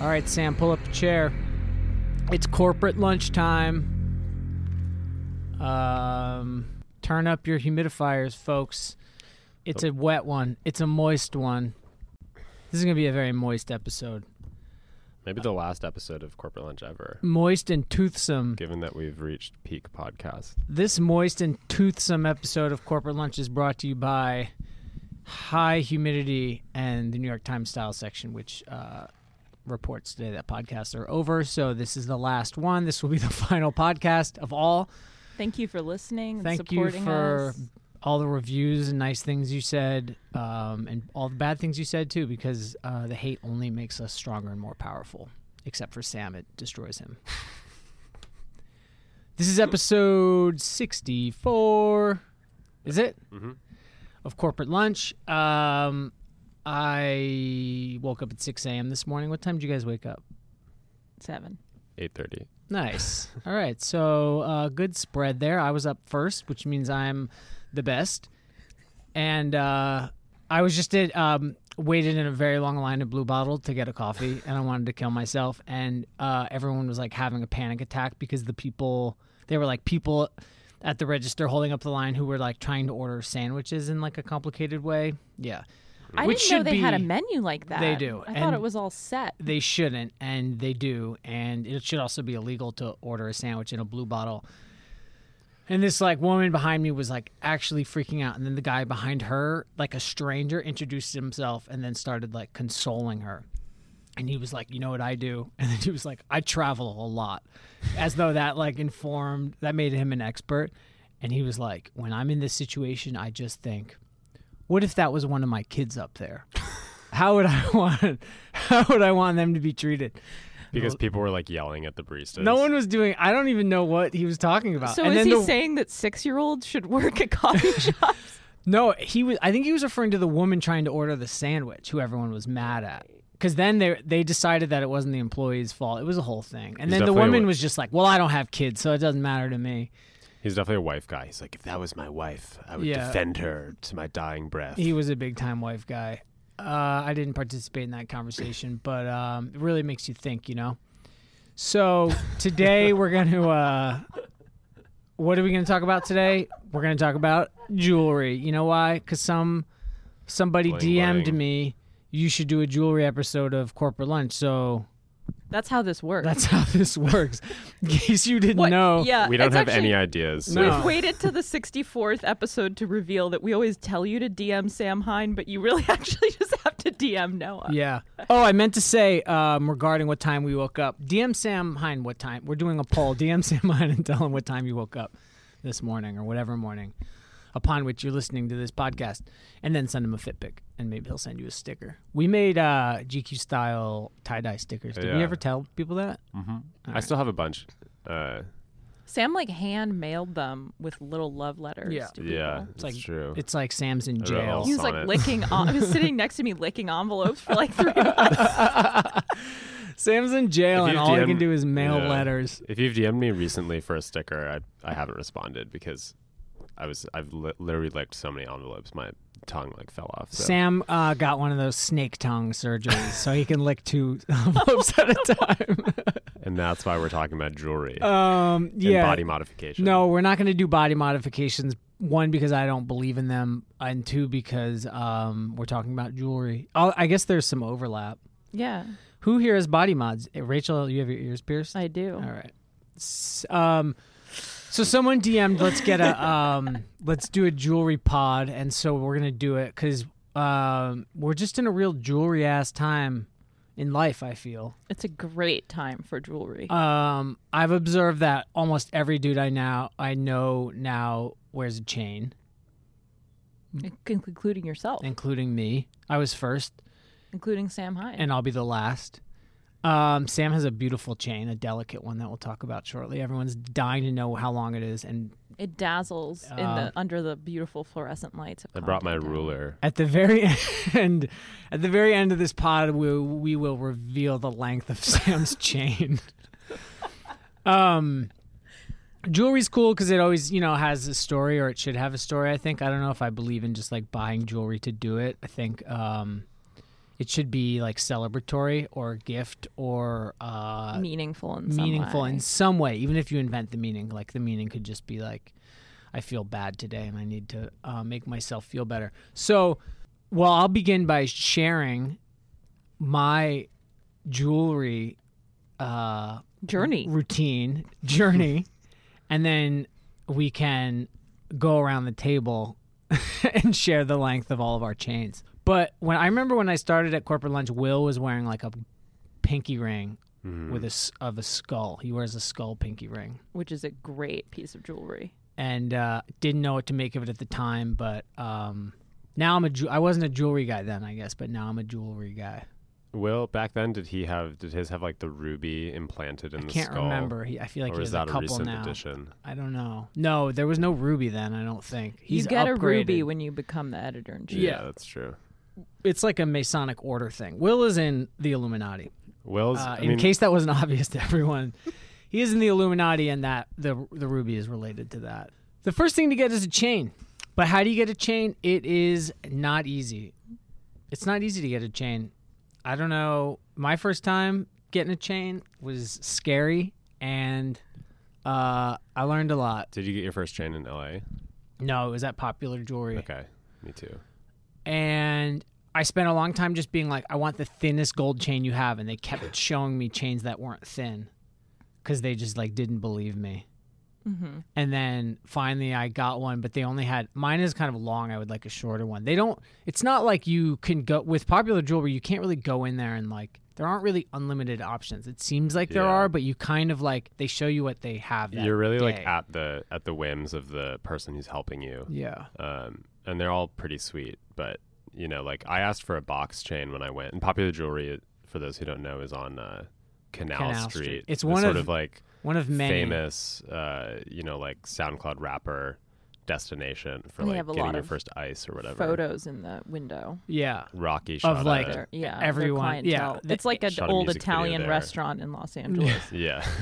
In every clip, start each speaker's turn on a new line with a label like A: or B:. A: All right, Sam, pull up a chair. It's corporate lunchtime. Um, turn up your humidifiers, folks. It's a wet one. It's a moist one. This is going to be a very moist episode.
B: Maybe the last episode of Corporate Lunch ever,
A: Moist and toothsome.
B: given that we've reached peak podcast.
A: This moist and toothsome episode of Corporate Lunch is brought to you by High Humidity and the New York Times Style section, which uh, reports today that podcasts are over. So this is the last one. This will be the final podcast of all.
C: Thank you for listening. and
A: Thank you
C: supporting
A: for
C: us.
A: all the reviews and nice things you said, um, and all the bad things you said too, because uh, the hate only makes us stronger and more powerful. Except for Sam, it destroys him. this is episode sixty-four. Is it?
B: Mhm.
A: Of corporate lunch. Um, I woke up at six a.m. this morning. What time did you guys wake up?
C: seven.
B: Eight thirty.
A: Nice. All right. So uh, good spread there. I was up first, which means I'm the best. And uh, I was just at, um, waited in a very long line at Blue Bottle to get a coffee, and I wanted to kill myself. And uh, everyone was like having a panic attack because the people they were like people at the register holding up the line who were like trying to order sandwiches in like a complicated way. Yeah.
C: I
A: Which
C: didn't know
A: should
C: they had a
A: be-
C: menu like that.
A: do,
C: I thought
A: and-
C: it was all set.
A: they shouldn't and they do and it should also be illegal to order a sandwich in a blue bottle and this like woman behind me was like actually freaking out and then the guy behind her like a stranger introduced himself and then started like consoling her and he was like you know what i do and then he was like i travel a lot as though that like informed that made him an expert and he was like when i'm in this situation i just think what if that was one of my kids up there how would i want how would i want them to be treated
B: Because people were like yelling at the baristas.
A: no one was doing i don't even know what he was talking about
C: So
A: Uh, and
C: is
A: then
C: he
A: the,
C: saying that six-year-olds should work at coffee shops?
A: no he was i think he was referring to the woman trying to order the sandwich who everyone was mad at because then they they decided that it wasn't the employee's fault it was a whole thing and then
B: He's
A: the
B: definitely a
A: woman
B: wi-
A: was just like well i don't have kids so it doesn't matter to me
B: He's definitely a wife guy. He's like, if that was my wife, I would
A: Yeah.
B: defend her to my dying breath.
A: He was a big time wife guy. Uh, I didn't participate in that conversation, but um, it really makes you think, you know. So today we're going to. Uh, what are we going to talk about today? We're going to talk about jewelry. You know why? Because some somebody
B: Bling,
A: DM'd
B: bling.
A: me. You should do a jewelry episode of corporate lunch. So
C: That's how this works.
A: that's how this works. In case you didn't
C: what?
A: know,
C: Yeah,
B: we don't
C: Uh, it's
B: have
C: actually-
B: any ideas.
A: No.
C: We've waited to the 64th episode to reveal that we always tell you to DM Sam Hine, but you really actually just have to DM Noah.
A: Yeah. Oh, I meant to say um, regarding what time we woke up. DM Sam Hine, what time? We're doing a poll. DM Sam Hine and tell him what time you woke up this morning or whatever morning upon which you're listening to this podcast, and then send him a fit pic, and maybe he'll send you a sticker. We made uh, GQ style tie dye stickers. Did we
B: Yeah.
A: ever tell people that?
B: I still have a bunch. Uh,
C: Sam like hand mailed them with little love letters.
A: Yeah.
C: to
B: yeah,
C: people.
B: it's
A: like-
B: true.
A: It's like Sam's in
B: I don't know.
A: jail.
C: He was
B: Sonnet.
C: like licking. On- he was sitting next to me licking envelopes for like three months.
A: Sam's in jail,
B: If
A: and
B: you
A: all he can
B: DM
A: do is mail
B: yeah.
A: letters.
B: if you've DM'd me recently for a sticker, I, I haven't responded because I was I've li- literally licked so many envelopes, my tongue like fell off. So.
A: Sam uh, got one of those snake tongue surgeries, so he can lick two envelopes at a time.
B: and that's why we're talking about jewelry
A: Um,
B: and
A: yeah.
B: body modification.
A: No, we're not going to do body modifications. One, because I don't believe in them, and two, because um, we're talking about jewelry. i I guess there's some overlap.
C: yeah,
A: Who here has body mods? Eh, Rachel, you have your ears pierced.
C: I do.
A: All right. S- um, so someone DM'd, let's get a, um, let's do a jewelry pod, and so we're gonna do it because um, we're just in a real jewelry ass time in life. I feel.
C: It's a great time for jewelry.
A: Um, I've observed that almost every dude I now I know now wears a chain,
C: Inc- including yourself,
A: including me. I was first,
C: including Sam Hine.
A: and I'll be the last. Um, Sam has a beautiful chain, a delicate one that we'll talk about shortly. Everyone's dying to know how long it is, and
C: it dazzles in
A: Um,
C: the under the beautiful fluorescent lights. Of
B: I brought my
C: Constantine.
B: ruler.
A: at the very end, at the very end of this pod, we we will reveal the length of Sam's chain. um, jewelry's cool because it always you know has a story or it should have a story. I think I don't know if I believe in just like buying jewelry to do it. I think um, It should be like celebratory or a gift or uh,
C: meaningful in some
A: meaningful
C: way.
A: in some way. Even if you invent the meaning, like the meaning could just be like, I feel bad today and I need to uh, make myself feel better. So, well, I'll begin by sharing my jewelry uh,
C: journey.
A: routine journey, and then we can go around the table and share the length of all of our chains. But when I remember when I started at corporate lunch, Will was wearing like a pinky ring
B: Mm-hmm.
A: with a s- of a skull. He wears a skull pinky ring,
C: which is a great piece of jewelry.
A: and uh, didn't know what to make of it at the time. But um, now I'm a ju- I wasn't a jewelry guy then, I guess, but now I'm a jewelry guy.
B: Will back then did he have did his have like the ruby implanted in
A: I
B: the
A: can't
B: skull?
A: remember. He, I feel like he
B: or is
A: has a
B: that a,
A: couple
B: recent
A: now.
B: addition?
A: I don't know. No, there was no ruby then. I don't think he's
C: you get a ruby
A: upgraded.
C: when you become the editor in chief.
A: Yeah.
B: that's true.
A: it's like a Masonic order thing. Will is in the Illuminati.
B: Will's
A: Uh,
B: I
A: in
B: mean,
A: case that wasn't obvious to everyone, he is in the Illuminati, and that the the ruby is related to that. The first thing to get is a chain, but how do you get a chain? It is not easy. It's not easy to get a chain. I don't know. My first time getting a chain was scary, and uh, I learned a lot.
B: did you get your first chain in LA?
A: No, it was at Popular Jewelry.
B: Okay, me too.
A: and I spent a long time just being like, I want the thinnest gold chain you have, and they kept showing me chains that weren't thin because they just like didn't believe me.
C: Mhm.
A: And then finally, I got one, but they only had mine is kind of long. I would like a shorter one. They don't. It's not like you can go with popular jewelry. You can't really go in there and like there aren't really unlimited options. It seems like there
B: Yeah.
A: are, but you kind of like they show you what they have. that
B: You're really like
A: day.
B: at the at the whims of the person who's helping you.
A: yeah.
B: um, and they're all pretty sweet. But you know, like I asked for a box chain when I went, and Popular Jewelry, for those who don't know, is on uh, Canal,
A: Canal
B: Street.
A: Street. It's one
B: sort
A: of
B: of, like
A: One of many.
B: famous, uh, you know, like SoundCloud rapper destination for
C: They
B: like
C: have a
B: getting
C: lot
B: your
C: of
B: first ice or whatever.
C: Photos in the window.
A: Yeah.
B: Rocky shot
A: like-
B: a-
C: There- yeah, their
A: everyone- yeah,
C: clientele.
A: the-
C: it's like an
B: Shot a
C: old
B: music video
C: Italian
B: there.
C: restaurant in Los Angeles.
B: yeah.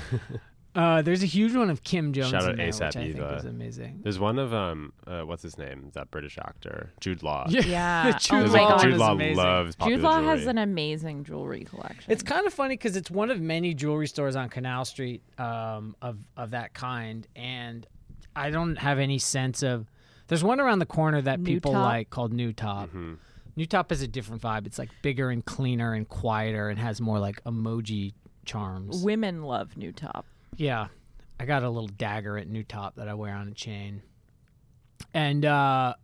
A: Uh, there's a huge one of Kim Jones
B: Shout
A: in
B: out
A: there,
B: A$AP
A: which I
B: Eva.
A: think is amazing.
B: There's one of um, uh, what's his name? That British actor, Jude Law.
C: Yeah.
A: The
C: Oh
A: Jude
B: There's
C: my
B: a-
A: Law
C: God.
A: one
B: Jude
A: is
B: Law
A: amazing.
B: loves Popular
C: Jude Law
B: Jewelry.
C: has an amazing jewelry collection.
A: It's kind of funny because it's one of many jewelry stores on Canal Street um, of of that kind, and I don't have any sense of. There's one around the corner that
C: New
A: people
C: Top?
A: like called New Top.
B: Mm-hmm.
A: New Top is a different vibe. It's like bigger and cleaner and quieter and has more like emoji charms.
C: Women love New Top.
A: Yeah. I got a little dagger at New Top that I wear on a chain. And uh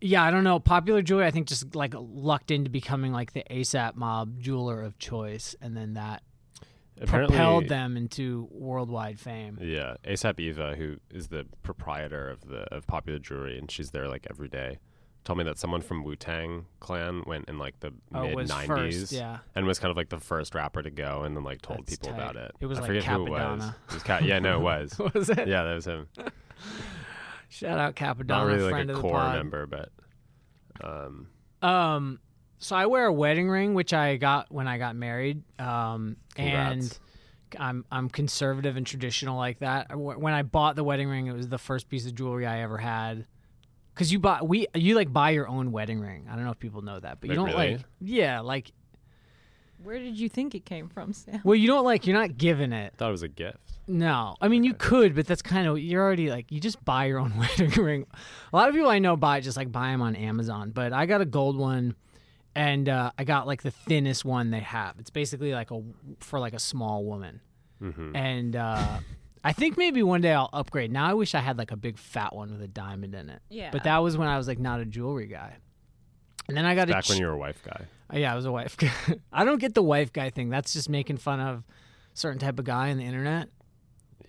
A: yeah, I don't know. Popular jewelry, I think, just like lucked into becoming like the ASAP mob jeweler of choice, and then that
B: Apparently,
A: propelled them into worldwide fame.
B: Yeah, ASAP Eva, who is the proprietor of the of Popular Jewelry, and she's there like every day. Told me that someone from Wu Tang Clan went in like the
A: Oh,
B: mid
A: was
B: nineties,
A: first, yeah.
B: and was kind of like the first rapper to go, and then like told
A: That's
B: people
A: tight.
B: about it.
A: It was
B: I
A: like
B: forget who it was.
A: Capadonna.
B: It was Ca- yeah, no, it was.
A: Was it?
B: yeah, that was him.
A: Shout out Capadonna,
B: Not really like
A: friend
B: a
A: of the
B: core
A: pod.
B: member, but um,
A: Um, so I wear a wedding ring, which I got when I got married. Um, and
B: Congrats.
A: I'm I'm conservative and traditional like that. I- wh- When I bought the wedding ring, it was the first piece of jewelry I ever had. Cause you buy we you like buy your own wedding ring. I don't know if people know that, but you
B: Like,
A: don't
B: really?
A: like yeah like
C: Where did you think it came from, Sam?
A: well you don't like you're not given it.
B: I thought it was a gift.
A: No, I mean you could, but that's kind of you're already like you just buy your own wedding ring. A lot of people I know buy just like buy them on Amazon, but I got a gold one, and uh, I got like the thinnest one they have. It's basically like a for like a small woman,
B: Mm-hmm.
A: and uh, I think maybe one day I'll upgrade. Now I wish I had like a big fat one with a diamond in it.
C: Yeah.
A: but that was when I was like not a jewelry guy, and then I got a
B: Back
A: ch-
B: when you were a wife guy,
A: uh, Yeah, I was a wife guy. I don't get the wife guy thing. That's just making fun of certain type of guy on the internet.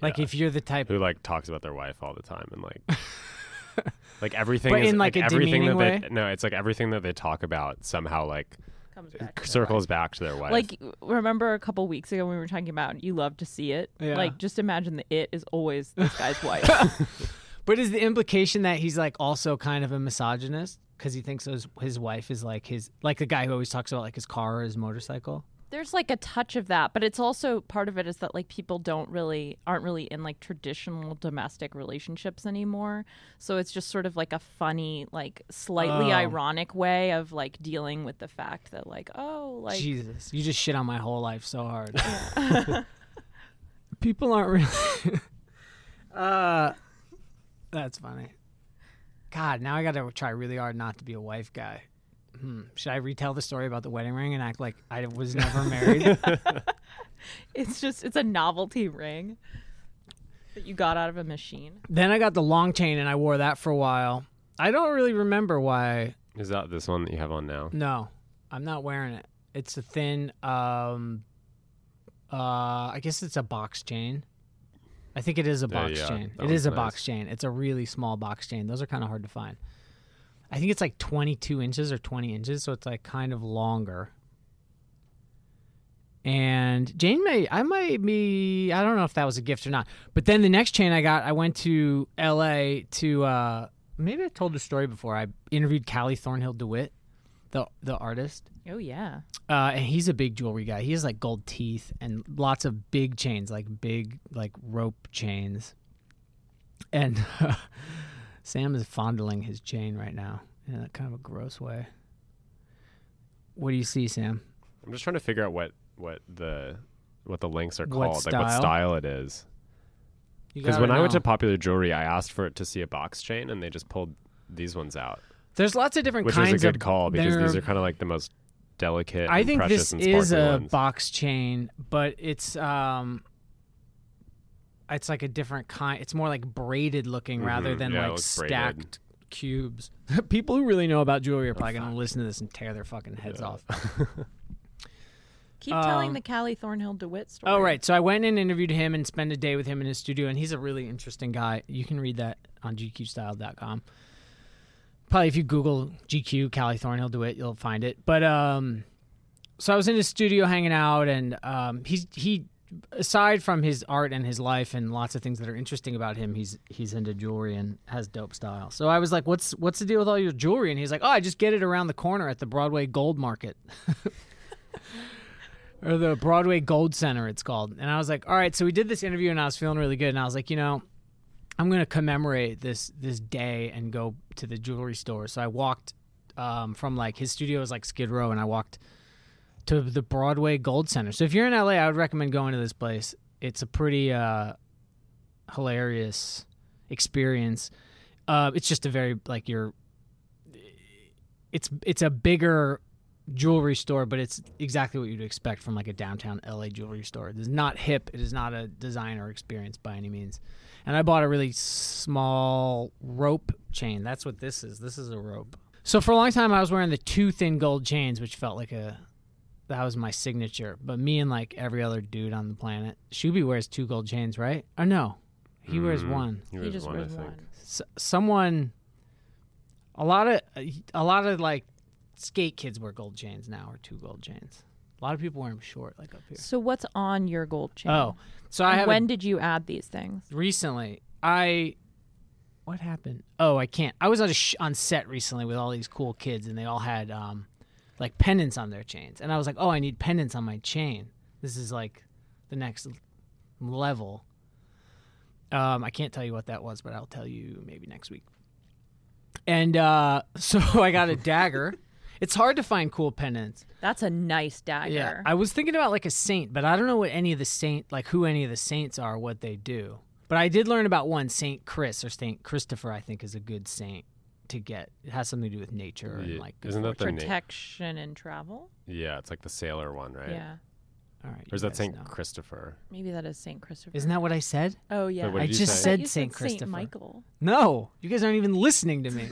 A: Like
B: Yeah.
A: if you're the type,
B: who like talks about their wife all the time and like like everything
A: But
B: is,
A: in, like, a
B: everything that
A: demeaning
B: they no it's like everything that they talk about somehow like
C: Comes back to
B: circles back to their wife
C: Like remember a couple weeks ago when we were talking about you love to see it.
A: Yeah.
C: Like just imagine the it is always this guy's wife.
A: but is the implication that he's like also kind of a misogynist because he thinks his, his wife is like his like the guy who always talks about like his car or his motorcycle?
C: There's like a touch of that, but it's also part of it is that like people don't really aren't really in like traditional domestic relationships anymore. So it's just sort of like a funny, like slightly
A: Oh.
C: ironic way of like dealing with the fact that like oh like
A: Jesus, you just shit on my whole life so hard. People aren't really. uh, that's funny. God, now I got to try really hard not to be a wife guy. Hmm. Should I retell the story about the wedding ring and act like I was never married?
C: it's just it's a novelty ring that you got out of a machine.
A: then I got the long chain and I wore that for a while. I don't really remember why.
B: Is that this one that you have on now?
A: No, I'm not wearing it. It's a thin. Um, uh, I guess it's a box chain. I think it is a
B: Yeah,
A: box
B: yeah,
A: chain.
B: that
A: It is a
B: one's
A: box
B: nice.
A: chain. It's a really small box chain. Those are kind of hard to find. I think it's like 22 inches or 20 inches, so it's like kind of longer. And Jane may, I might be, I don't know if that was a gift or not. But then the next chain I got, I went to LA to, uh, maybe I told the story before. I interviewed Callie Thornhill DeWitt, the, the artist.
C: Oh yeah.
A: Uh, and he's a big jewelry guy. He has like gold teeth and lots of big chains, like big like rope chains. And Sam is fondling his chain right now in a kind of a gross way. What do you see, Sam?
B: I'm just trying to figure out what what the what the links are
A: What
B: called, like what
A: style?
B: style it is.
A: You
B: Because
A: gotta
B: when I went
A: know.
B: to Popular Jewelry, I asked for it to see a box chain, and they just pulled these ones out,
A: there's lots of different
B: which was
A: kinds
B: a good
A: of
B: call because these
A: they're-
B: are kind of like the most delicate.
A: I
B: and
A: think
B: precious
A: this
B: and
A: is
B: sparkly
A: a
B: ones.
A: box chain, but it's um, it's like a different kind. It's more like braided looking rather
B: Mhm.
A: than
B: Yeah, it
A: like
B: looks braided.
A: stacked cubes. People who really know about jewelry
B: Oh,
A: are probably gonna listen to this and tear their fucking heads off.
C: Keep telling
A: Um,
C: the Callie Thornhill DeWitt story.
A: Oh right, so I went and interviewed him and spent a day with him in his studio, and he's a really interesting guy. You can read that on GQStyle.com. Probably if you Google GQ Callie Thornhill Dewitt, you'll find it. But um, so I was in his studio hanging out, and um, he's he aside from his art and his life and lots of things that are interesting about him, he's he's into jewelry and has dope style. So I was like, "What's what's the deal with all your jewelry?" And he's like, "Oh, I just get it around the corner at the Broadway Gold Market." or the Broadway Gold Center, it's called. And I was like, all right. So we did this interview, and I was feeling really good. And I was like, you know, I'm gonna commemorate this this day and go to the jewelry store. So I walked um, from like his studio was like Skid Row, and I walked to the Broadway Gold Center. So if you're in LA, I would recommend going to this place. It's a pretty uh, hilarious experience. Uh, it's just a very like your it's it's a bigger jewelry store, but it's exactly what you'd expect from like a downtown LA jewelry store. It is not hip. It is not a designer experience by any means. And I bought a really small rope chain. That's what this is. This is a rope. So for a long time, I was wearing the two thin gold chains, which felt like a that was my signature. But me and like every other dude on the planet, Shuby wears two gold chains, right? Or no, he wears
B: Mhm.
A: one
C: He
B: was
C: just
B: one, I
C: wears
B: think.
C: one.
A: s- someone a lot of a lot of like skate kids wear gold chains now or two gold chains a lot of people wear them short like up here
C: So what's on your gold chain?
A: oh so i
C: And
A: have a-
C: when did you add these things?
A: recently i what happened oh i can't i was on a sh- on set recently with all these cool kids and they all had um like pendants on their chains and i was like oh i need pendants on my chain this is like the next level um i can't tell you what that was but i'll tell you maybe next week and uh so i got a dagger it's hard to find cool pendants
C: That's a nice dagger.
A: yeah, I was thinking about like a saint, but I don't know what any of the saint like who any of the saints are, what they do. But I did learn about one Saint Chris or Saint Christopher. I think is a good saint to get. It has something to do with nature and
B: Yeah,
A: like. Good
B: isn't that
A: fortune.
B: name.
C: Protection and travel.
B: Yeah, it's like the sailor one, right?
C: Yeah.
A: All right,
B: Or is
A: you
B: that
A: guys
B: Saint
A: know.
B: Christopher?
C: Maybe that is Saint Christopher.
A: Isn't that what I said?
C: Oh yeah.
B: Wait, what
A: I
B: did you
A: just
B: say?
A: said
C: You
A: Saint Christopher.
C: Saint Michael.
A: No, you guys aren't even listening to me.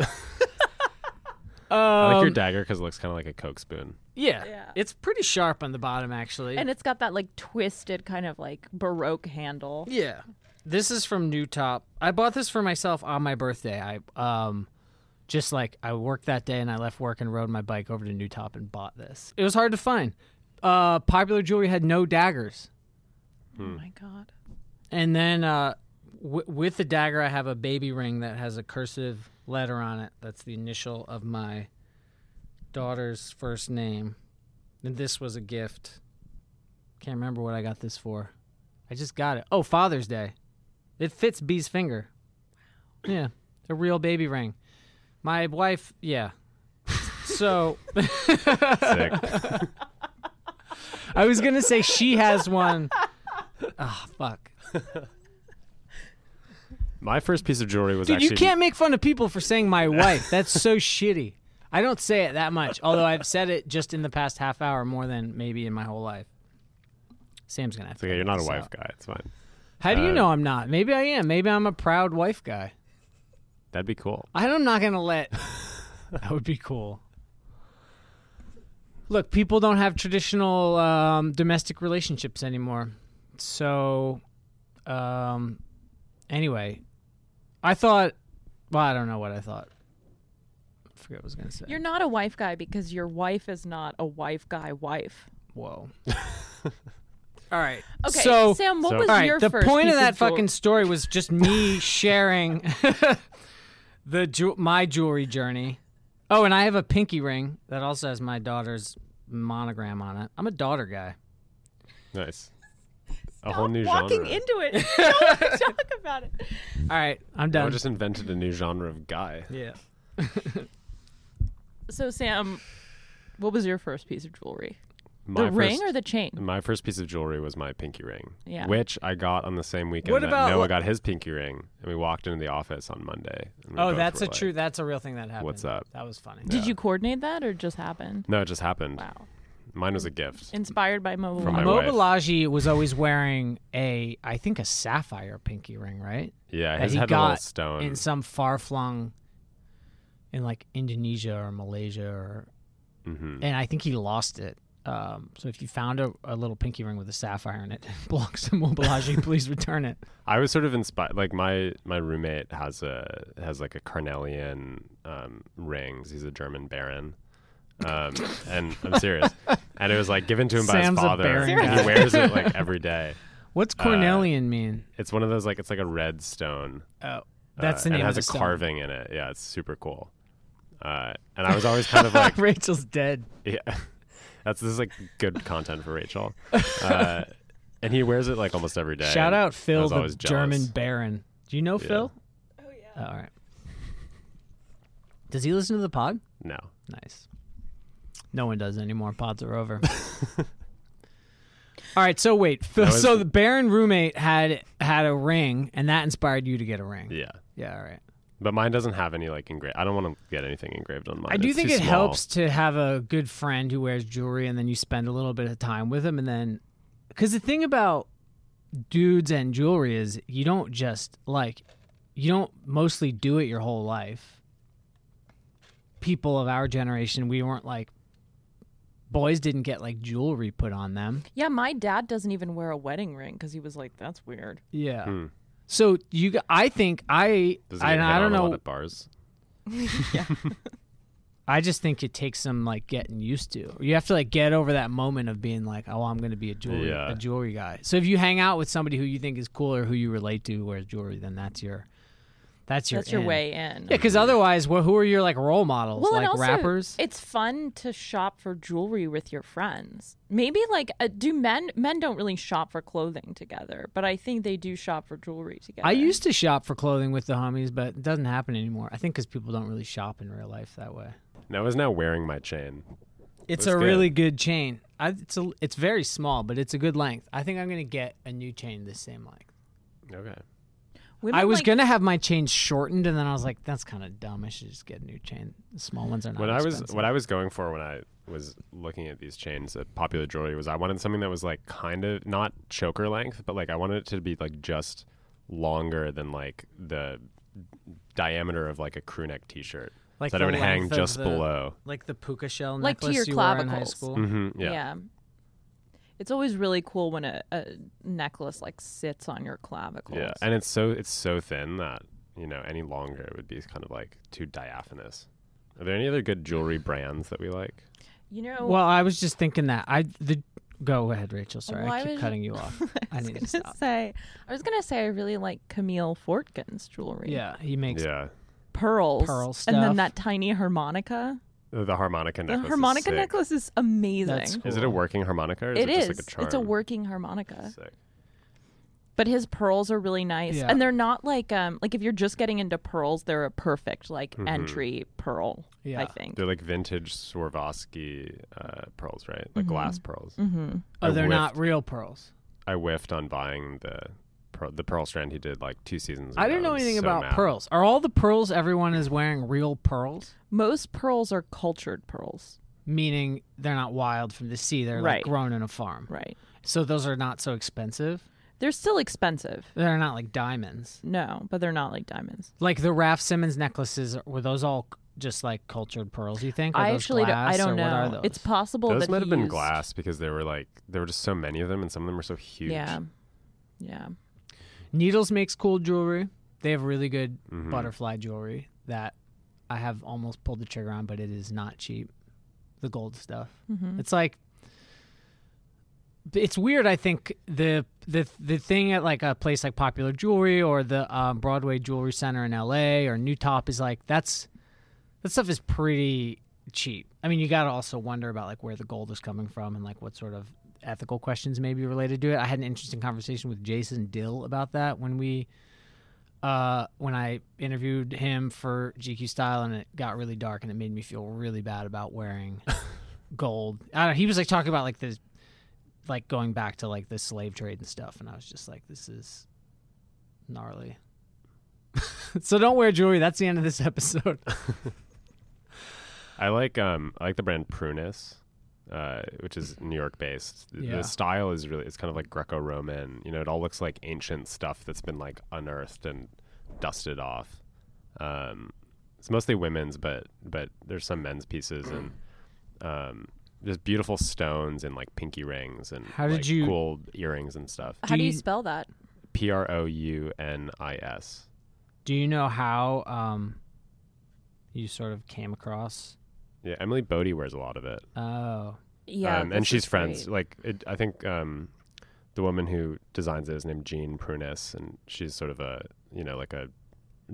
A: um,
B: I like your dagger because it looks kind of like a coke spoon.
A: yeah,
C: Yeah.
A: it's pretty sharp on the bottom actually.
C: And it's got that like twisted kind of like baroque handle.
A: Yeah. This is from New Top. I bought this for myself on my birthday. I um just like I worked that day and I left work and rode my bike over to New Top and bought this. It was hard to find. Uh popular jewelry had no daggers.
B: Hmm.
C: Oh my god.
A: And then uh w- with the dagger I have a baby ring that has a cursive letter on it. That's the initial of my daughter's first name. And this was a gift Can't remember what I got this for. I just got it. Oh, Father's Day. It fits B's finger. Yeah, a real baby ring. My wife, yeah. So
B: Sick.
A: I was gonna say she has one. Ah, fuck.
B: My first piece of jewelry was
A: Dude,
B: actually
A: you can't make fun of people for saying my wife. That's so shitty. I don't say it that much, although I've said it just in the past half hour more than maybe in my whole life. Sam's gonna have
B: It's
A: to.
B: okay,
A: edit
B: you're not a
A: this
B: wife
A: out.
B: guy. It's fine.
A: How do you
B: Uh,
A: know I'm not? Maybe I am. Maybe I'm a proud wife guy.
B: That'd be cool.
A: I- I'm not gonna let. that would be cool. Look, people don't have traditional um, domestic relationships anymore. So, um, anyway, I thought. Well, I don't know what I thought. I forget what I was gonna say.
C: You're not a wife guy because your wife is not a wife guy wife.
A: Whoa. All right.
C: Okay,
A: So
C: Sam, what
B: so-
C: was
A: All right.
C: your
A: the
C: first
A: point of
C: piece
A: that
C: jewel-
A: fucking story was just me sharing the ju- my jewelry journey. Oh, and I have a pinky ring that also has my daughter's monogram on it. I'm a daughter guy.
B: Nice. A whole
C: Stop
B: new
C: walking
B: genre.
C: into it. Don't talk about it.
A: All right, I'm
B: I
A: done.
B: just invented a new genre of guy.
A: yeah.
C: So Sam, what was your first piece of jewelry?
B: My
C: the ring
B: first-
C: or the chain?
B: My first piece of jewelry was my pinky ring,
C: Yeah.
B: which I got on the same weekend
A: What
B: that
A: about-
B: Noah got his pinky ring, and we walked into the office on Monday. and we
A: Oh,
B: both
A: that's
B: were
A: a
B: like-
A: true. That's a real thing that happened.
B: What's up?
A: That was funny.
C: Did you coordinate that or just happen?
B: No, it just happened.
C: Wow.
B: Mine was a gift.
C: Inspired by mobile.
B: From my
C: One.
A: Mo
B: wife.
A: Balaji was always wearing a, I think, a sapphire pinky ring, right?
B: Yeah,
A: That
B: his
A: he
B: had a little
A: got
B: stone.
A: in some far flung, in like Indonesia or Malaysia or
B: hmm
A: and I think he lost it. Um, so if you found a, a little pinky ring with a sapphire in it, it belongs to Mobilaji, please return it.
B: I was sort of inspired. Like my my roommate has a has like a carnelian um, rings. He's a German baron, um, and I'm serious. And it was like given to him by his
A: Sam's a
B: father.
A: baron
B: and
A: guy.
B: he wears it like every day.
A: What's
B: Uh,
A: Cornelian mean?
B: It's one of those like it's like a red stone.
A: Oh, that's the
B: uh, and
A: name
B: It
A: of
B: has
A: the
B: a
A: stone.
B: carving in it. Yeah, it's super cool. Uh, and I was always kind of like,
A: Rachel's dead.
B: yeah, that's this is like good content for Rachel. Uh, and he wears it like almost every day.
A: Shout out Phil,
B: was
A: the
B: always
A: German
B: jealous.
A: baron. Do you know Phil?
C: Oh yeah.
A: Oh, all right. Does he listen to the pod?
B: No,
A: Nice. No one does anymore. Pods are over. All right, so wait. Phil,
B: That was-
A: so the Baron roommate had had a ring, and that inspired you to get a ring.
B: yeah.
A: yeah all right.
B: But mine doesn't have any like engraved. I don't want to get anything engraved on mine.
A: I do
B: It's
A: think
B: too
A: it
B: small.
A: helps to have a good friend who wears jewelry and then you spend a little bit of time with them and then cuz the thing about dudes and jewelry is you don't just like you don't mostly do it your whole life. People of our generation, we weren't like boys didn't get like jewelry put on them.
C: Yeah, my dad doesn't even wear a wedding ring because he was like, "That's weird."
A: Yeah.
B: Hmm.
A: So you g- I think I
B: Does it
A: I,
B: get hit
A: I don't
B: on a lot
A: know
B: at bars.
A: I just think it takes some like getting used to. You have to like get over that moment of being like, oh, I'm going to be a jewelry
B: Yeah.
A: a jewelry guy. So if you hang out with somebody who you think is cool or who you relate to who wears jewelry, then that's your that's your
C: That's your
A: in.
C: way in.
A: Yeah, because otherwise, well, who are your like role models?
C: Well,
A: like
C: and also,
A: rappers?
C: it's fun to shop for jewelry with your friends. Maybe like, uh, do men men don't really shop for clothing together, but I think they do shop for jewelry together.
A: I used to shop for clothing with the homies, but it doesn't happen anymore. I think because people don't really shop in real life that way.
B: Noah's now wearing my chain.
A: It's
B: That's
A: a
B: good.
A: really good chain. I, it's a, it's very small, but it's a good length. I think I'm gonna get a new chain the same length.
B: Okay.
C: Women,
A: I was
C: like,
A: gonna have my chain shortened, and then I was like, "That's kind of dumb. I should just get a new chain. The small ones are not."
B: What I was
A: expensive.
B: what I was going for when I was looking at these chains at popular jewelry was I wanted something that was like kind of not choker length, but like I wanted it to be like just longer than like the diameter of like a crew neck t-shirt.
A: Like
B: so that it
A: the
B: would hang
A: length of
B: just
A: the-
B: below.
A: like the puka shell
C: Like to
A: necklace
C: your
A: you wore in high
C: clavicles.
A: school.
B: hmm
C: yeah.
B: Yeah.
C: It's always really cool when a, a necklace like sits on your clavicles.
B: Yeah, and it's so it's so thin that you know any longer it would be kind of like too diaphanous. Are there any other good jewelry brands that we like?
C: you know,
A: Well, I was just thinking that I the go ahead, Rachel. Sorry,
C: Well, I
A: I keep
C: was-
A: cutting you off. I,
C: I was
A: need to
C: gonna
A: stop.
C: say, I was gonna say, I really like Camille Fortkin's jewelry.
A: Yeah, he makes
B: Yeah,
C: pearls,
A: Pearl
C: and
A: stuff.
C: then that tiny harmonica.
B: The harmonica
C: The
B: necklace. is
C: harmonica
B: sick.
C: necklace is amazing.
A: That's cool.
B: Is it a working harmonica? Or is
C: It
B: it,
C: is.
B: just like a charm?
C: it's a working harmonica.
B: Sick.
C: But his pearls are really nice.
A: Yeah.
C: And they're not like um like if you're just getting into pearls, they're a perfect like
B: Mm-hmm.
C: entry pearl,
A: Yeah.
C: I think.
B: They're like vintage Swarovski uh, pearls, right?
A: Mm-hmm.
B: Like glass pearls.
C: Mm-hmm.
B: I
A: Oh, they're not
B: whiffed-
A: real pearls.
B: I whiffed on buying the pearl, the pearl strand he did like two seasons ago.
A: I didn't know
B: I'm
A: anything
B: so
A: about
B: mad.
A: pearls. Are all the pearls everyone is wearing real pearls?
C: Most pearls are cultured pearls.
A: Meaning they're not wild from the sea. They're
C: Right.
A: like grown in a farm.
C: Right.
A: So those are not so expensive.
C: They're still expensive.
A: They're not like diamonds.
C: No, but they're not like diamonds.
A: Like the Raf Simmons necklaces, were those all c- just like cultured pearls? You think? Or
C: I
A: those
C: actually don't, I
A: glass,
C: don't
A: or What are
C: know.
A: those?
C: It's possible
B: Those
C: that
B: might
C: he
B: have been
C: used-
B: glass because there were like there were just so many of them, and some of them were so huge.
C: Yeah. Yeah.
A: Needles makes cool jewelry. They have really good
B: Mm-hmm.
A: butterfly jewelry that I have almost pulled the trigger on, but it is not cheap. The gold stuff.
C: Mm-hmm.
A: It's like it's weird. I think the the the thing at like a place like Popular Jewelry or the um, Broadway Jewelry Center in L.A. or New Top is like that's that stuff is pretty cheap. I mean, you got to also wonder about like where the gold is coming from and like what sort of ethical questions may be related to it. I had an interesting conversation with Jason Dill about that when we uh when I interviewed him for GQ Style and it got really dark and it made me feel really bad about wearing gold. I don't, he was like talking about like this like going back to like the slave trade and stuff and I was just like this is gnarly. so don't wear jewelry. That's the end of this episode.
B: I like um I like the brand Prunus, uh, which is New York based. The-
A: Yeah.
B: The style is really it's kind of like Greco Roman. You know, it all looks like ancient stuff that's been like unearthed and dusted off. Um, it's mostly women's, but but there's some men's pieces and um, just beautiful stones and like pinky rings and
A: How did
B: like,
A: you-
B: cool earrings and stuff.
C: How do you
A: you-
C: spell that?
B: P R O U N I S.
A: Do you know how um, you sort of came across?
B: Yeah, Emily Bodie wears a lot of it.
A: Oh,
C: Yeah.
B: um,
C: this
B: and she's
C: is
B: friends.
C: great.
B: Like it, I think um, the woman who designs it is named Jean Prunus, and she's sort of a you know like a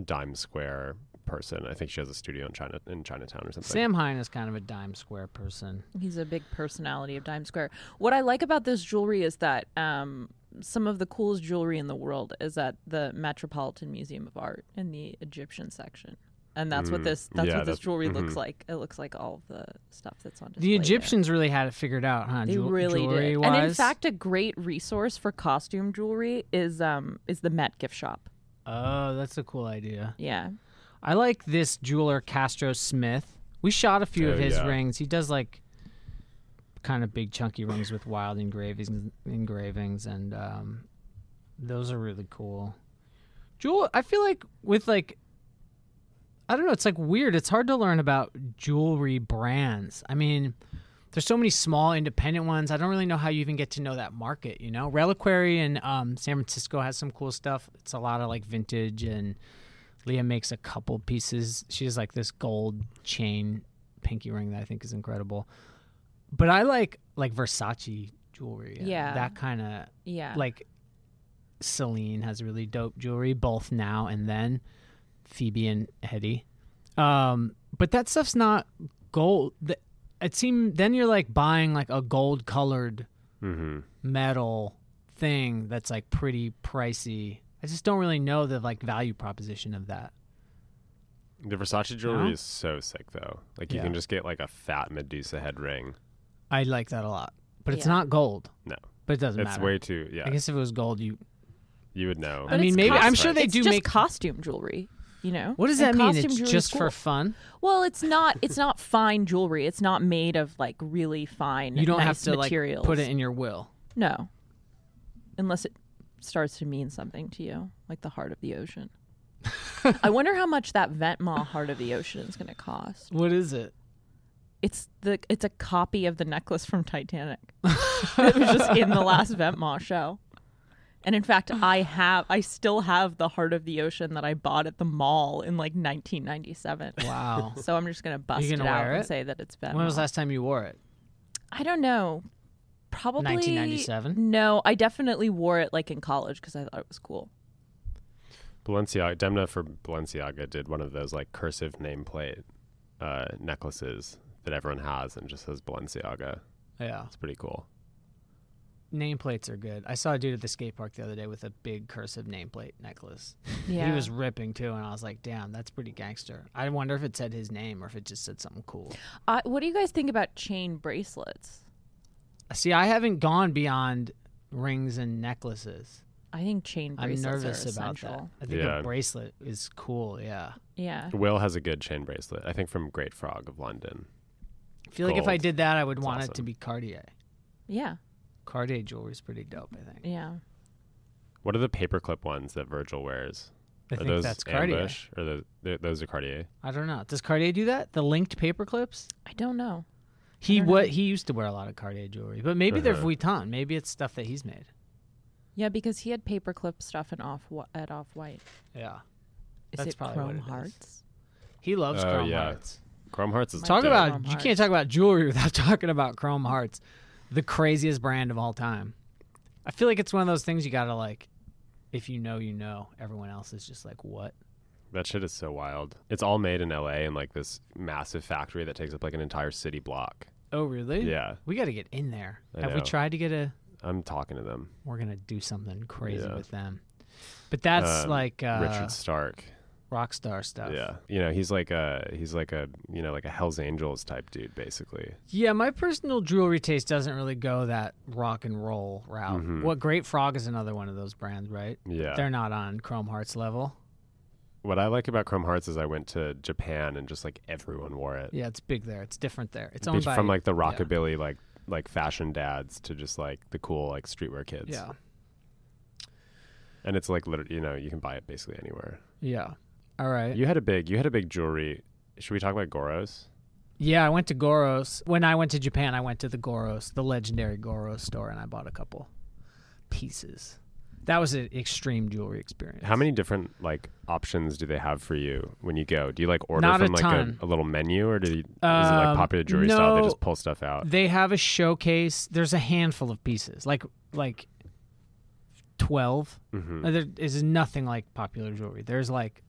B: dime square person. I think she has a studio in China in Chinatown or something.
A: Sam Hine is kind of a dime square person.
C: He's a big personality of Dime Square. What I like about this jewelry is that um, some of the coolest jewelry in the world is at the Metropolitan Museum of Art in the Egyptian section. And that's what
B: Mm,
C: this that's
B: yeah,
C: what this
B: that-
C: jewelry
B: mhm.
C: looks like. It looks like all of the stuff that's on display.
A: The
C: there.
A: Egyptians really had it figured out, huh?
C: They
A: Jew-
C: really did.
A: jewelry-wise?
C: And in fact, a great resource for costume jewelry is um is the Met gift shop.
A: oh, that's a cool idea.
C: Yeah.
A: I like this jeweler Castro Smith. We shot a few
B: Oh,
A: of his
B: yeah.
A: rings. He does like kind of big chunky rings with wild engravings engravings and um, those are really cool. Jewel I feel like with like I don't know, it's like weird. It's hard to learn about jewelry brands. I mean, there's so many small independent ones. I don't really know how you even get to know that market, you know? Reliquary in um, San Francisco has some cool stuff. It's a lot of like vintage and Leah makes a couple pieces. She has like this gold chain pinky ring that I think is incredible. But I like like Versace jewelry. and
C: Yeah.
A: That kind of
C: Yeah.
A: like Celine has really dope jewelry, both now and then. Phoebe and Hetty. Um, but that stuff's not gold. Th- It seem then you're like buying like a gold colored
B: hmm
A: metal thing that's like pretty pricey. I just don't really know the like value proposition of that.
B: The Versace jewelry
A: No?
B: is so sick though. Like you
A: Yeah.
B: can just get like a fat Medusa head ring.
A: I like that a lot, but it's
C: Yeah.
A: not gold.
B: No.
A: but it doesn't
B: it's
A: matter.
B: way too. Yeah,
A: I guess if it was gold, you.
B: you would know.
A: I
C: But
A: mean,
C: it's
A: maybe- I'm sure they
C: it's
A: do
C: just
A: make-
C: costume jewelry. You know,
A: What does
C: And
A: that mean?
C: costume
A: It's
C: jewelry is
A: just
C: cool.
A: for fun.
C: Well, it's not. It's not fine jewelry. It's not made of like really fine.
A: You don't
C: nice
A: have to
C: materials.
A: like put it in your will.
C: No, unless it starts to mean something to you, like the heart of the ocean. I wonder how much that Ventma heart of the ocean is going to cost.
A: What is it?
C: It's the. It's a copy of the necklace from Titanic. it was just in the last Ventma show. And in fact, I have, I still have the Heart of the Ocean that I bought at the mall in like 1997.
A: Wow.
C: So I'm just gonna bust
A: gonna
C: it out
A: wear
C: and
A: it?
C: say that it's Venmo.
A: when was the last time you wore it?
C: I don't know. Probably
A: 1997?
C: No, I definitely wore it like in college because I thought it was cool.
B: Balenciaga Demna for Balenciaga did one of those like cursive nameplate uh, necklaces that everyone has and just says Balenciaga.
A: Yeah.
B: It's pretty cool.
A: Nameplates are good. I saw a dude at the skate park the other day with a big cursive nameplate necklace.
C: Yeah.
A: He was ripping too, and I was like, damn, that's pretty gangster. I wonder if it said his name or if it just said something cool.
C: I, what do you guys think about chain bracelets?
A: See, I haven't gone beyond rings and necklaces.
C: I think chain
A: I'm
C: bracelets
A: nervous
C: are
A: about
C: essential.
A: that. I think
B: Yeah.
A: a bracelet is cool, yeah.
C: Yeah.
B: Will has a good chain bracelet, I think from Great Frog of London.
A: I feel like if I
B: Gold.
A: did that, I would want it to
B: awesome.
A: be Cartier.
C: Yeah.
A: Cartier jewelry is pretty dope, I think.
C: Yeah.
B: What are the paperclip ones that Virgil wears?
A: I
B: are
A: think
B: those
A: that's Cartier.
B: ambush or those, th- those are Cartier?
A: I don't know. Does Cartier do that? The linked paper clips?
C: I don't know.
A: He
C: don't know.
A: what he used to wear a lot of Cartier jewelry, but maybe they're
B: Uh-huh.
A: Vuitton. Maybe it's stuff that he's made.
C: Yeah, because he had paperclip stuff and off at off white.
A: Yeah,
C: Is
A: That's
C: it
A: probably what
C: chrome
A: it is.
C: hearts?
A: he loves
B: Oh,
A: Chrome
B: yeah.
A: Hearts.
B: Chrome Hearts is
C: My
A: Talk
B: dope.
A: about
C: Chrome
A: you
C: Hearts.
A: can't talk about jewelry without talking about Chrome Hearts, the craziest brand of all time. I feel like it's one of those things you gotta like. If you know, you know. Everyone else is just like, what?
B: That shit is so wild. It's all made in LA in like this massive factory that takes up like an entire city block.
A: Oh, really?
B: Yeah.
A: We got to get in there.
B: I
A: Have we
B: know.
A: tried to get a?
B: I'm talking to them.
A: We're gonna do something crazy
B: Yeah.
A: with them. But that's
B: Um,
A: like uh,
B: Richard Stark.
A: rock star stuff.
B: Yeah. You know, he's like a he's like a, you know, like a Hells Angels type dude basically.
A: Yeah, my personal jewelry taste doesn't really go that rock and roll route.
B: Mhm.
A: What Great Frog is another one of those brands, right?
B: Yeah.
A: They're not on Chrome Hearts level.
B: what I like about Chrome Hearts is I went to Japan and just like everyone wore it.
A: Yeah, it's big there. It's different there. It's
B: Be-
A: owned by
B: from like the
A: yeah.
B: rockabilly like like fashion dads to just like the cool like streetwear kids.
A: Yeah,
B: And it's like literally, you know, you can buy it basically anywhere.
A: yeah. All right.
B: You had a big you had a big jewelry. Should we talk about Goros?
A: yeah, I went to Goros. When I went to Japan, I went to the Goros, the legendary Goros store, and I bought a couple pieces. That was an extreme jewelry experience.
B: How many different like options do they have for you when you go? Do you like order
A: Not a
B: from like
A: ton.
B: a, little menu, or do you, is it
A: Um,
B: like popular jewelry style? They
A: no.
B: just pull stuff out.
A: They have a showcase. There's a handful of pieces, like like twelve.
B: hmm
A: Uh, There is nothing like popular jewelry. There's like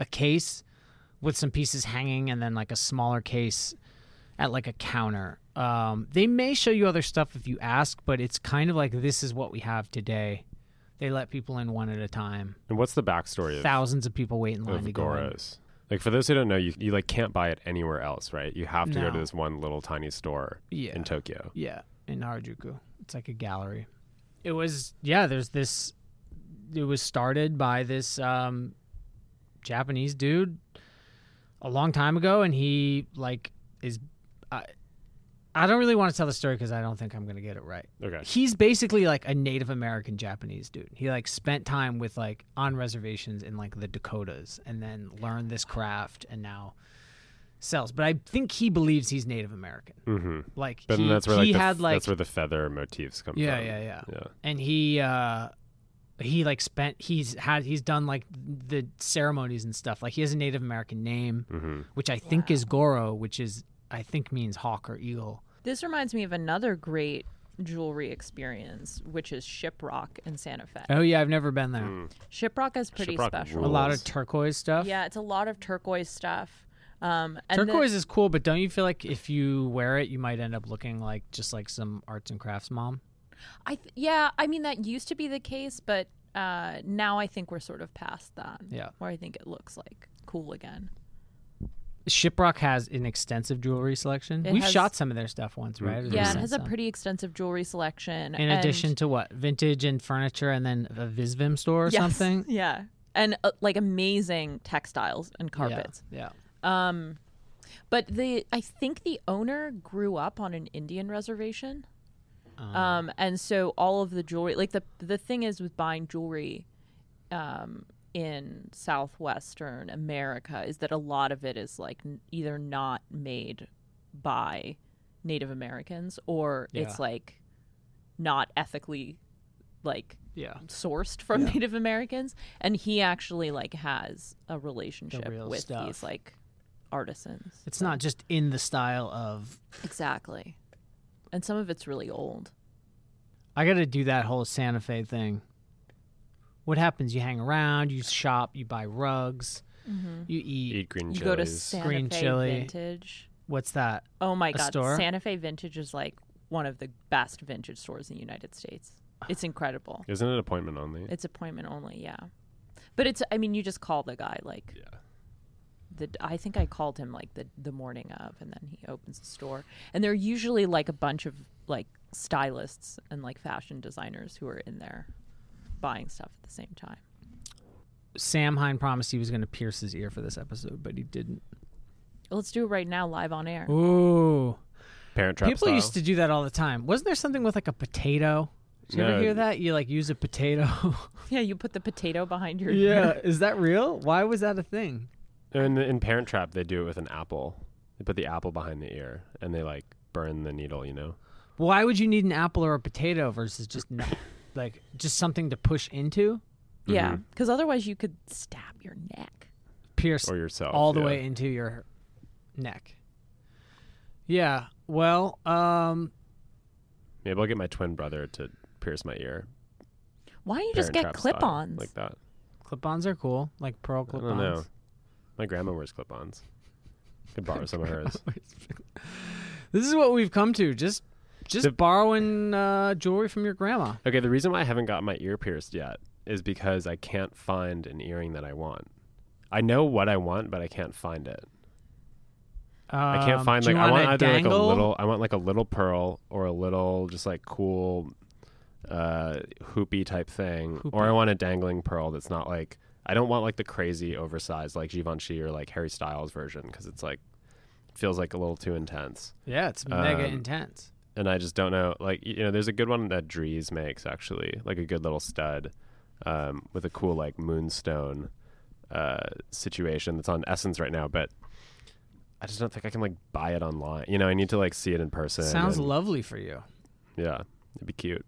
A: a case with some pieces hanging, and then like a smaller case at like a counter. Um, they may show you other stuff if you ask, but it's kind of like this is what we have today. They let people in one at a time.
B: And what's the backstory of,
A: Thousands of people wait in line
B: of
A: to go. in.
B: Goros? Like for those who don't know, you you like can't buy it anywhere else, right? You have to go to
A: No.
B: this one little tiny store
A: Yeah.
B: in Tokyo.
A: Yeah, in Harajuku. It's like a gallery. It was yeah, there's this it was started by this um Japanese dude a long time ago and he like is I I don't really want to tell the story cuz I don't think I'm going to get it right.
B: Okay.
A: He's basically like a Native American Japanese dude. He like spent time with like on reservations in like the Dakotas and then learned this craft and now sells. But I think he believes he's Native American.
B: hmm
A: Like
B: But
A: he,
B: then that's where
A: he
B: like, the,
A: had like
B: that's where the feather motifs come
A: yeah,
B: from.
A: yeah, yeah.
B: yeah.
A: And he uh he like spent he's had he's done like the ceremonies and stuff. Like he has a Native American name,
B: hmm
A: which I think is Goro, which is I think means hawk or eagle.
C: This reminds me of another great jewelry experience, which is Shiprock in Santa Fe.
A: Oh yeah, I've never been there.
C: Shiprock is pretty
B: Shiprock
A: A
C: special.
B: Mm. rules.
A: lot of turquoise stuff.
C: Yeah, it's a lot of turquoise stuff. Um, and the-
A: Turquoise is cool, but don't you feel like if you wear it, you might end up looking like just like some arts and crafts mom?
C: I th- yeah, I mean that used to be the case, but uh, now I think we're sort of past that.
A: Yeah.
C: where I think it looks like cool again.
A: Shiprock has an extensive jewelry selection.
C: It
A: We've
C: has-
A: shot some of their stuff once, right? Or
B: Mm-hmm.
A: we
C: Yeah, it
A: sent
C: has a
A: some.
C: pretty extensive jewelry selection.
A: In
C: and-
A: addition to what vintage and furniture, and then a Visvim store or
C: Yes,
A: something.
C: yeah, and uh, like amazing textiles and
A: Yeah,
C: carpets.
A: yeah.
C: Um, but the I think the owner grew up on an Indian reservation.
A: Uh-huh.
C: Um, and so all of the jewelry, like the the thing is with buying jewelry, um, in southwestern America, is that a lot of it is like n- either not made by Native Americans or
A: Yeah.
C: it's like not ethically like
A: Yeah.
C: sourced from Native Americans, and he actually like has a relationship
A: real
C: with
A: stuff.
C: these like artisans.
A: It's not just in the style of
C: Exactly, and some of it's really old.
A: I got to do that whole Santa Fe thing. What happens? You hang around, you shop, you buy rugs, you eat.
B: Eat green
C: You
B: chilies.
C: go to Santa
A: Green
C: Fe
A: chili.
C: Vintage.
A: What's that?
C: Oh my
A: A
C: god,
A: store?
C: Santa Fe Vintage is like one of the best vintage stores in the United States. It's incredible.
B: Isn't it appointment only?
C: It's appointment only, yeah. But it's I mean, you just call the guy like
B: Yeah.
C: the I think I called him like the the morning of and then he opens the store. And they're usually like a bunch of like stylists and like fashion designers who are in there buying stuff at the same time.
A: Sam Hine promised he was going to pierce his ear for this episode, but he didn't.
C: Let's do it right now live on air.
A: Ooh.
B: Parent trap
A: People
B: style.
A: used to do that all the time. Wasn't there something with like a potato? Did you
B: No.
A: ever hear that? You like use a potato.
C: Yeah, you put the potato behind your
A: yeah. Is that real? Why was that a thing?
B: in, in Parent Trap, they do it with an apple. They put the apple behind the ear and they like burn the needle. You know,
A: Why would you need an apple or a potato versus just no- like just something to push into?
C: Yeah, because otherwise you could stab your neck.
A: Pierce
B: or yourself
A: all the
B: yeah.
A: way into your neck. Yeah. Well, um
B: Maybe I'll get my twin brother to pierce my ear.
C: Why don't you just
B: Parent Trap
C: get
B: style,
C: clip-ons?
B: like that.
A: clip-ons are cool, like pearl
B: I don't know.
A: clip-ons.
B: My grandma wears clip-ons. Could borrow some of
A: Oh
B: hers.
A: This is what we've come to. Just just
B: The-
A: borrowing uh, jewelry from your grandma.
B: Okay, the reason why I haven't got my ear pierced yet is because I can't find an earring that I want. I know what I want, but I can't find it. I can't
A: Um,
B: find
A: do
B: like
A: you
B: I
A: want
B: want
A: a
B: either like a
A: dangle?
B: little I want like a little pearl or a little just like cool uh hoopy type thing or I
A: Hoopy.
B: want a dangling pearl that's not like I don't want like the crazy oversized like Givenchy or like Harry Styles version cuz it's like feels like a little too intense.
A: Yeah, it's mega
B: Um,
A: intense.
B: and I just don't know. Like you know, there's a good one that Dries makes actually, like a good little stud um, with a cool like moonstone uh, situation that's on Essence right now. But I just don't think I can like buy it online. You know, I need to like see it in person.
A: Sounds
B: and-
A: lovely for you.
B: yeah, it'd be cute.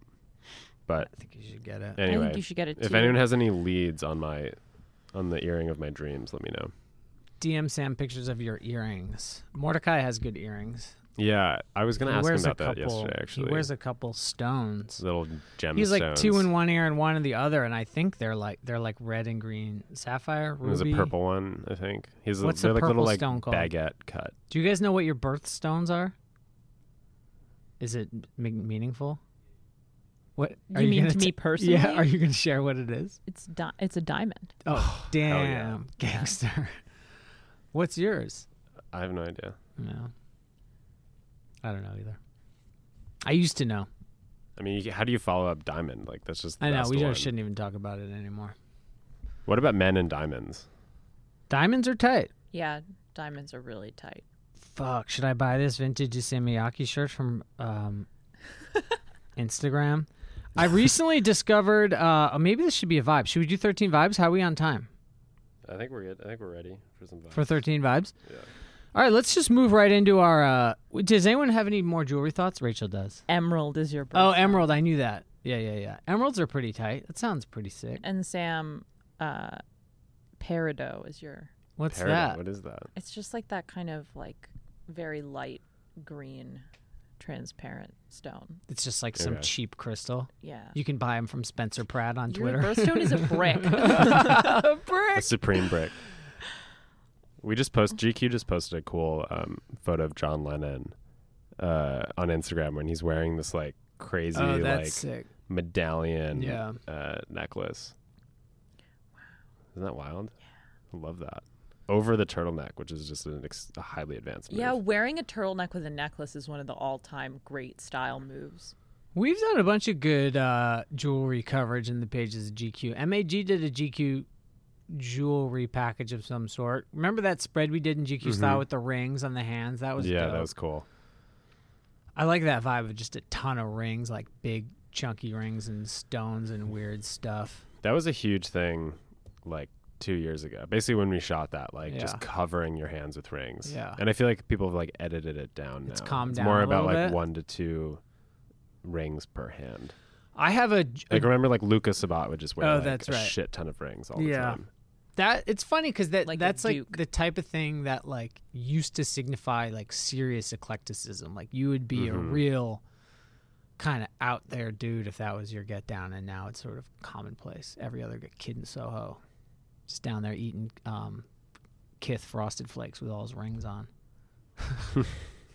B: But
A: I think you should get it.
C: I think
B: anyway,
C: you should get it.
B: if
C: too.
B: anyone has any leads on my on the earring of my dreams, let me know.
A: DM Sam pictures of your earrings. Mordecai has good earrings.
B: Yeah, I was gonna
A: He
B: ask him
A: wears
B: about
A: a
B: that
A: couple.
B: yesterday. Actually,
A: he wears a couple stones.
B: little gemstones.
A: He's like two in one ear and one in the other, and I think they're like they're like red and green sapphire ruby.
B: There's a purple one, I think. He's a,
A: What's the
B: they're like little
A: purple
B: like
A: stone called?
B: baguette cut.
A: Do you guys know what your birthstones are? Is it m- meaningful? What
C: You
A: are
C: mean
A: gonna
C: to me
A: t-
C: personally?
A: Yeah, are you going to share what it is?
C: It's di- it's a diamond.
A: Oh,
B: yeah.
A: damn, gangster. What's yours?
B: I have no idea.
A: No, I don't know either. I used to know.
B: I mean, you- how do you follow up diamond? Like that's just the
A: I know
B: best
A: we
B: one.
A: just shouldn't even talk about it anymore.
B: What about men and diamonds?
A: Diamonds are tight.
C: Yeah, diamonds are really tight.
A: Fuck, should I buy this vintage Isamiyaki shirt from um, Instagram? I recently discovered. Uh, oh, maybe this should be a vibe. Should we do thirteen vibes? How are we on time?
B: I think we're good. I think we're ready for some.
A: for 13 vibes.
B: Yeah.
A: All right, let's just move right into our. Uh, w- does anyone have any more jewelry thoughts? Rachel does.
C: Emerald is your birthstone.
A: Oh, emerald. I knew that. Yeah, yeah, yeah. Emeralds are pretty tight. That sounds pretty sick.
C: and Sam, uh, peridot is your.
A: What's that?
B: What is that?
C: It's just like that kind of like very light green, transparent stone.
A: It's just like some
B: Okay.
A: cheap crystal.
C: Yeah.
A: You can buy them from Spencer Pratt on
C: your
A: Twitter.
C: birthstone is a brick.
A: A
B: A
A: brick.
B: supreme brick. We just post GQ just posted a cool um, photo of John Lennon uh, on Instagram when he's wearing this like crazy
A: Oh, that's
B: like
A: sick.
B: medallion
A: Yeah.
B: uh, necklace. Isn't that wild? I love that. Over the turtleneck, which is just an ex- a highly advanced move.
C: yeah, wearing a turtleneck with a necklace is one of the all-time great style moves.
A: We've done a bunch of good uh, jewelry coverage in the pages of GQ. MAG did a GQ jewelry package of some sort. Remember that spread we did in GQ style with the rings on the hands? That was
B: Mm-hmm. yeah,
A: dope.
B: that was cool.
A: I like that vibe of just a ton of rings, like big chunky rings and stones and weird stuff.
B: That was a huge thing, like two years ago. Basically, when we shot that, like
A: Yeah.
B: just covering your hands with rings.
A: Yeah.
B: and I feel like people have like edited it down.
A: It's
B: now.
A: calmed
B: it's
A: down
B: More
A: a
B: about
A: little
B: like
A: bit.
B: one to two rings per hand.
A: I have a, a-
B: Like remember, like Lucas Sabat would just wear
A: Oh,
B: like,
A: that's
B: a
A: right.
B: shit ton of rings all the
A: Yeah.
B: time.
A: that it's funny because that
C: Like a
A: that's like
C: duke.
A: the type of thing that like used to signify like serious eclecticism. Like you would be a
B: Mhm.
A: real kind of out there dude if that was your get down, and now it's sort of commonplace. Every other kid in Soho just down there eating um, Kith frosted flakes with all his rings on.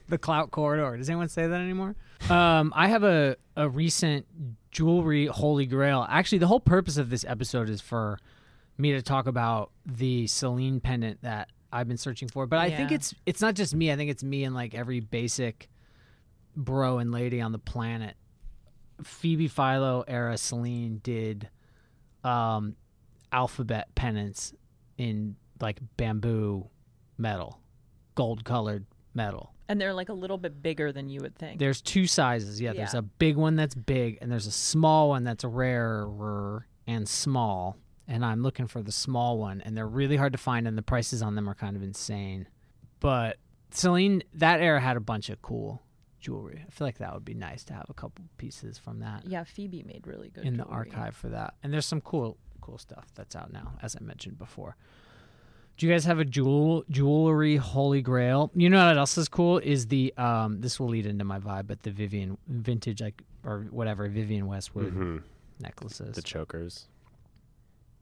A: the clout corridor. Does anyone say that anymore? Um, I have a, a recent jewelry holy grail. Actually, the whole purpose of this episode is for me to talk about the Celine pendant that I've been searching for. But I think
C: Yeah.
A: it's it's not just me. I think it's me and like every basic bro and lady on the planet. Phoebe Philo era Celine did um, alphabet pennants in like bamboo metal, gold colored metal.
C: and they're like a little bit bigger than you would think.
A: There's two sizes. Yeah, there's
C: Yeah.
A: a big one that's big, and there's a small one that's rarer and small. And I'm looking for the small one, and they're really hard to find, and the prices on them are kind of insane. But Celine, that era had a bunch of cool jewelry. I feel like that would be nice to have a couple pieces from that
C: yeah, Phoebe made really good
A: in the
C: jewelry.
A: archive for that. And there's some cool cool stuff that's out now, as I mentioned before. Do you guys have a jewel jewelry holy grail? You know what else is cool is the um this will lead into my vibe, but the Vivian vintage like or whatever Vivian Westwood
B: hmm
A: necklaces.
B: The chokers.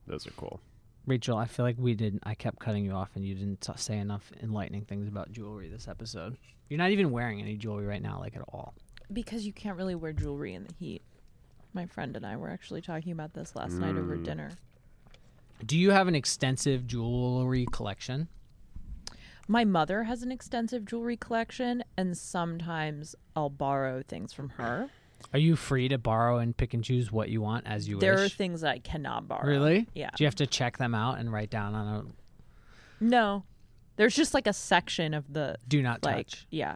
B: Those are cool.
A: Rachel, I feel like we didn't I kept cutting you off and you didn't t- say enough enlightening things about jewelry this episode. You're not even wearing any jewelry right now like at all.
C: because you can't really wear jewelry in the heat. My friend and I were actually talking about this last night over
B: Mm.
C: dinner.
A: Do you have an extensive jewelry collection?
C: My mother has an extensive jewelry collection, and sometimes I'll borrow things from her.
A: Are you free to borrow and pick and choose what you want as you
C: there
A: wish?
C: are things I cannot borrow.
A: Really?
C: Yeah.
A: Do you have to check them out and write down on a
C: No. There's just like a section of the
A: do not touch?
C: like yeah.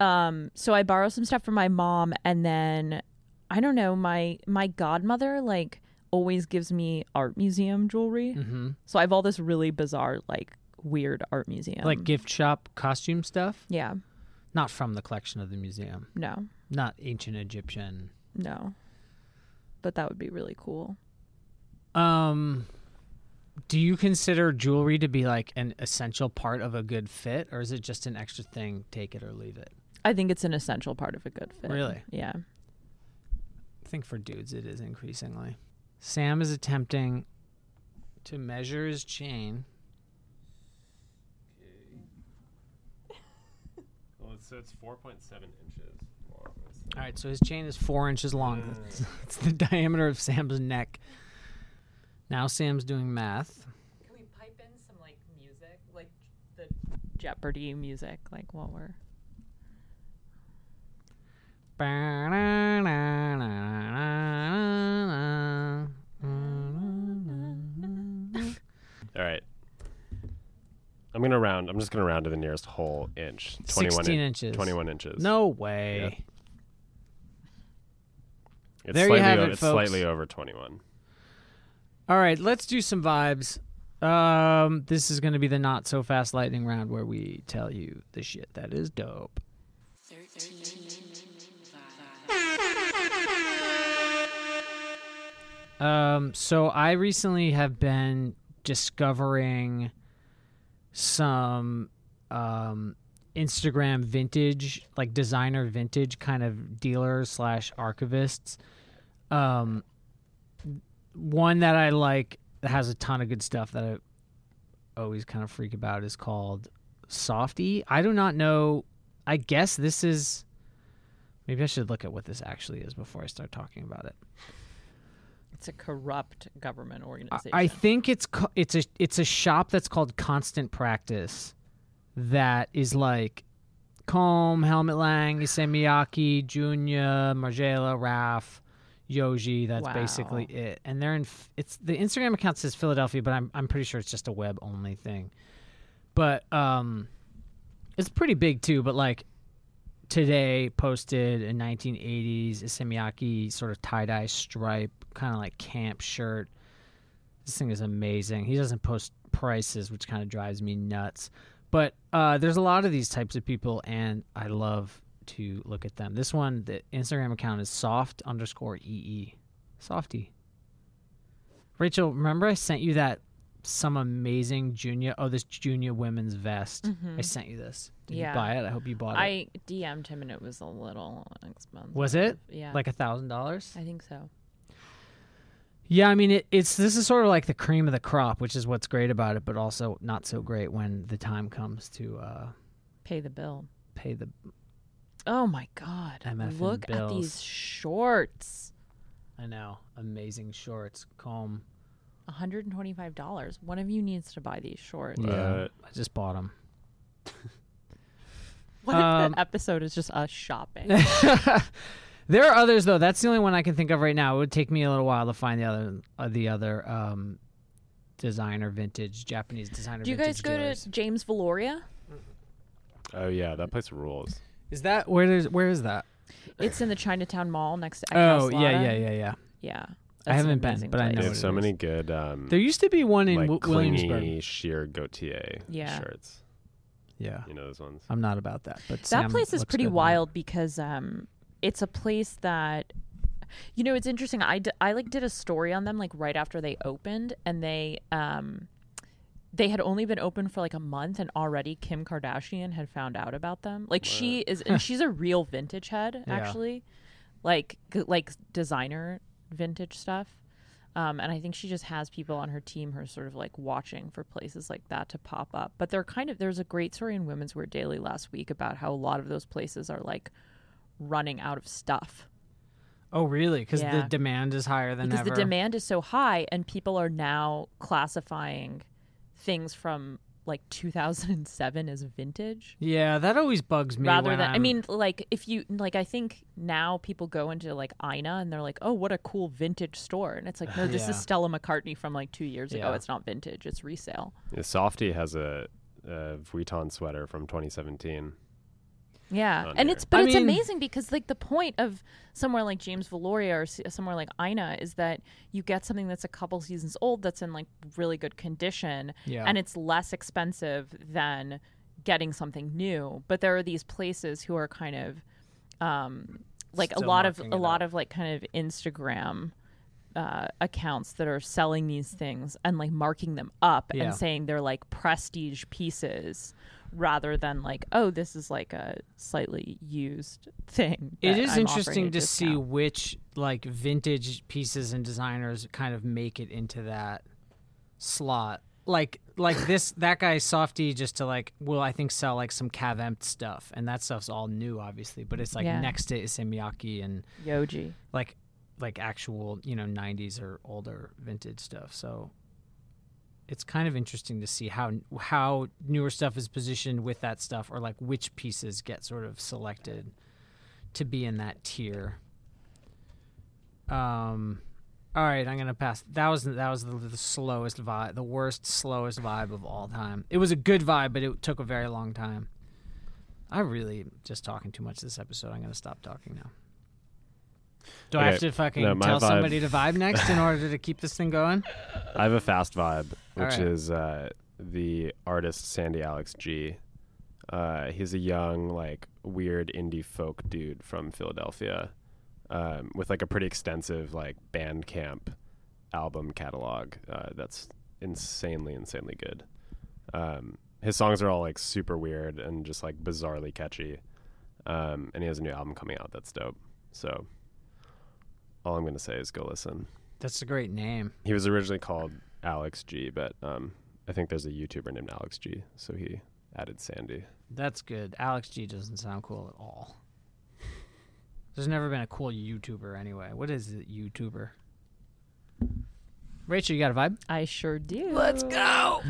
C: Um so I borrow some stuff from my mom and then I don't know, my my godmother like always gives me art museum jewelry.
A: hmm
C: So I have all this really bizarre like weird art museum.
A: like gift shop costume stuff,
C: Yeah.
A: not from the collection of the museum,
C: No.
A: not ancient Egyptian.
C: No. But that would be really cool.
A: Um, do you consider jewelry to be like an essential part of a good fit, or is it just an extra thing? Take it or leave it.
C: I think it's an essential part of a good fit.
A: Really?
C: Yeah.
A: I think for dudes it is increasingly. Sam is attempting to measure his chain.
B: Well, it's, so it's 4.7 inches long.
A: All right, so his chain is four inches long. That's, that's the diameter of Sam's neck. Now Sam's doing math.
C: Can we pipe in some like music, like the Jeopardy music, like while we're
A: All
B: All right. I'm gonna round. I'm just gonna round to the nearest whole inch. 21
A: 16
B: in-
A: inches.
B: 21 inches.
A: No way.
B: it's
A: there you
B: slightly
A: have
B: o-
A: it,
B: It's
A: folks.
B: slightly over 21.
A: All right, let's do some vibes. Um, this is going to be the not so fast lightning round where we tell you the shit that is dope.
D: 13 vibes.
A: Um, so I recently have been discovering some um, Instagram vintage, like designer vintage kind of dealers slash archivists. Um, one that I like that has a ton of good stuff that I always kind of freak about is called Softy. I do not know. I guess this is. Maybe I should look at what this actually is before I start talking about it.
C: it's a corrupt government
A: I-
C: organization.
A: I think it's co- it's a it's a shop that's called Constant Practice, that is like Combe, Helmet Lang, Isemiaki, Junior, Margiela, Raf, Yoji. That's basically
C: Wow.
A: it. And they're in. F- It's the Instagram account says Philadelphia, but I'm I'm pretty sure it's just a web only thing. But um, it's pretty big too. But like today posted a 1980s Isemiaki sort of tie dye stripe, kind of like camp shirt. This thing is amazing. He doesn't post prices, which kind of drives me nuts. But uh, there's a lot of these types of people, and I love to look at them. This one, the Instagram account is soft underscore ee, softy. Rachel, remember I sent you that some amazing junior. Oh, this junior women's vest. I sent you this. Did
C: Mm-hmm. Yeah.
A: you buy it? I hope you bought it.
C: I DM'd him and it was a little expensive.
A: Was it?
C: Yeah.
A: like a thousand dollars
C: I think so.
A: yeah i mean it, it's this is sort of like the cream of the crop which is what's great about it but also not so great when the time comes to uh
C: Pay the bill.
A: Pay the
C: Oh my god.
A: MFN
C: Look at
A: bills.
C: these shorts.
A: I know amazing shorts comb.
C: $125. One of you needs to buy these shorts.
B: Yeah. Uh,
A: I just bought them.
C: What if
A: Um,
C: the episode is just us shopping?
A: There are others though. That's the only one I can think of right now. It would take me a little while to find the other uh, the other um, designer vintage Japanese designer.
C: Do you guys
A: vintage
C: go
A: dealers.
C: to James Valoria?
B: Oh yeah, that place rules.
A: Is that where there's where is that?
C: It's in the Chinatown Mall next to
A: Oh
C: Eckhouse
A: yeah
C: Lotta.
A: yeah yeah yeah.
C: Yeah.
A: I
C: That's an
A: haven't been,
C: amazing
A: but I
B: They
A: know
C: place.
A: it
B: have so
A: is.
B: many good, um,
A: There used to be one in
B: like
A: Wi- Williamsburg.
B: clingy sheer Gautier
C: Yeah.
B: shirts.
A: Yeah,
B: You know those ones.
A: I'm not about that. But
C: that place is pretty wild because um, it's a place that you know it's interesting I, d- I like did a story on them like right after they opened and they um they had only been open for like a month and already kim kardashian had found out about them like she is and she's a real vintage head
A: Yeah.
C: actually like g- like designer vintage stuff um, and I think she just has people on her team who are sort of like watching for places like that to pop up. But they're kind of there's a great story in Women's Wear Daily last week about how a lot of those places are like running out of stuff
A: Oh really? Because the
C: Yeah.
A: demand is higher than
C: because
A: ever.
C: the demand is so high and people are now classifying things from like 2007 as vintage
A: Yeah, that always bugs me.
C: rather
A: when
C: than i
A: I'm-
C: mean like if you like i think now people go into like ina and they're like oh what a cool vintage store and it's like no this
A: Yeah.
C: is stella mccartney from like two years ago
A: Yeah.
C: it's not vintage it's resale
B: Yeah, Softy has a, a Vuitton sweater from 2017.
C: Yeah,
B: on
C: and
B: here.
C: it's but
A: I
C: it's
A: mean-
C: amazing because like the point of somewhere like James Valoria or s- somewhere like Ina is that you get something that's a couple seasons old that's in like really good condition,
A: Yeah.
C: and it's less expensive than getting something new. But there are these places who are kind of um, like a
A: Still
C: lot of
A: marking
C: a
A: it
C: lot of like kind of Instagram. Uh, accounts that are selling these things and like marking them up
A: Yeah.
C: and saying they're like prestige pieces rather than like, oh, this is like a slightly used thing.
A: It
C: that
A: is
C: I'm offering
A: interesting
C: a
A: to see
C: discount.
A: which like vintage pieces and designers kind of make it into that slot. Like like this that guy softy just to like will I think sell like some Cav Empt stuff and that stuff's all new obviously, but it's like
C: Yeah.
A: next to Isamiyaki and
C: Yoji.
A: like like actual, you know, 90s or older vintage stuff. So it's kind of interesting to see how how newer stuff is positioned with that stuff or like which pieces get sort of selected to be in that tier. Um all right, I'm gonna pass. That was that was the, the slowest vibe, the worst slowest vibe of all time. It was a good vibe, but it took a very long time. I really am just talking too much this episode. I'm gonna stop talking now. Do I have
B: Okay,
A: to fucking
B: no, my
A: tell
B: vibe-
A: somebody to vibe next in order to keep this thing going?
B: I have a fast vibe, which
A: Alright.
B: is uh, the artist Sandy Alex G. Uh, he's a young, like, weird indie folk dude from Philadelphia um, with, like, a pretty extensive, like, Bandcamp album catalog uh, that's insanely, insanely good. Um, his songs are all, like, super weird and just, like, bizarrely catchy. Um, and he has a new album coming out that's dope. So all I'm going to say is go listen.
A: That's a great name.
B: He was originally called Alex G, but um, I think there's a YouTuber named Alex G, so he added Sandy.
A: That's good. Alex G doesn't sound cool at all. There's never been a cool YouTuber anyway. What is a YouTuber? Rachel, you got a vibe?
C: I sure do.
A: go.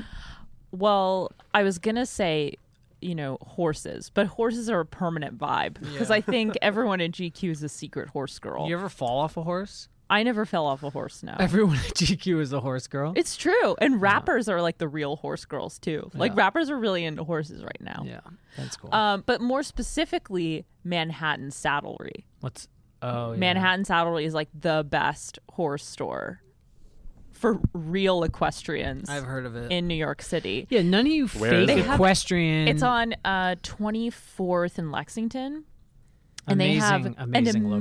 C: Well, I was gonna say, you know, horses, but horses are a permanent vibe because I think everyone at GQ is a secret horse girl.
B: Oh.
A: You ever fall off a horse?
C: I never fell off a horse. No.
A: Everyone at GQ is a horse girl.
C: It's true. And rappers are like the real horse girls too. Like rappers are really into horses right now.
A: yeah, that's cool.
C: Um, but more specifically, Manhattan Saddlery.
A: What's oh yeah.
C: Manhattan Saddlery is like the best horse store for real equestrians
A: I've heard of it.
C: in New York City.
A: yeah, none of you
B: Where is
A: fake
B: it? They
C: have-
A: equestrian.
C: It's on uh, 24th in Lexington. And they have
A: amazing, amazing
C: an
A: location.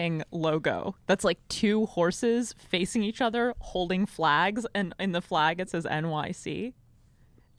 C: amazing logo that's like two horses facing each other, holding flags, and in the flag it says NYC.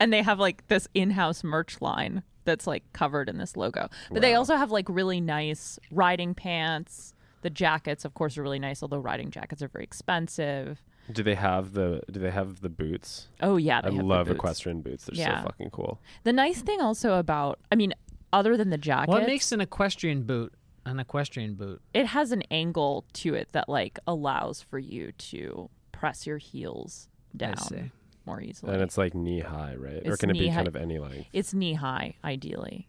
C: And they have like this in-house merch line that's like covered in this logo. But they also have like really nice riding pants. The jackets, of course, are really nice, although riding jackets are very expensive.
B: Do they have the Do they have the boots?
C: Oh yeah,
B: I
C: they have the
B: love
C: boots.
B: equestrian boots. They're
C: Yeah.
B: so fucking cool.
C: The nice thing also about, I mean, other than the jacket,
A: What makes an equestrian boot an equestrian boot?
C: it has an angle to it that like allows for you to press your heels down
A: see.
C: more easily.
B: And it's like knee high, right? or
C: It's
B: can it be
C: knee-high.
B: kind of any length?
C: it's knee high, ideally,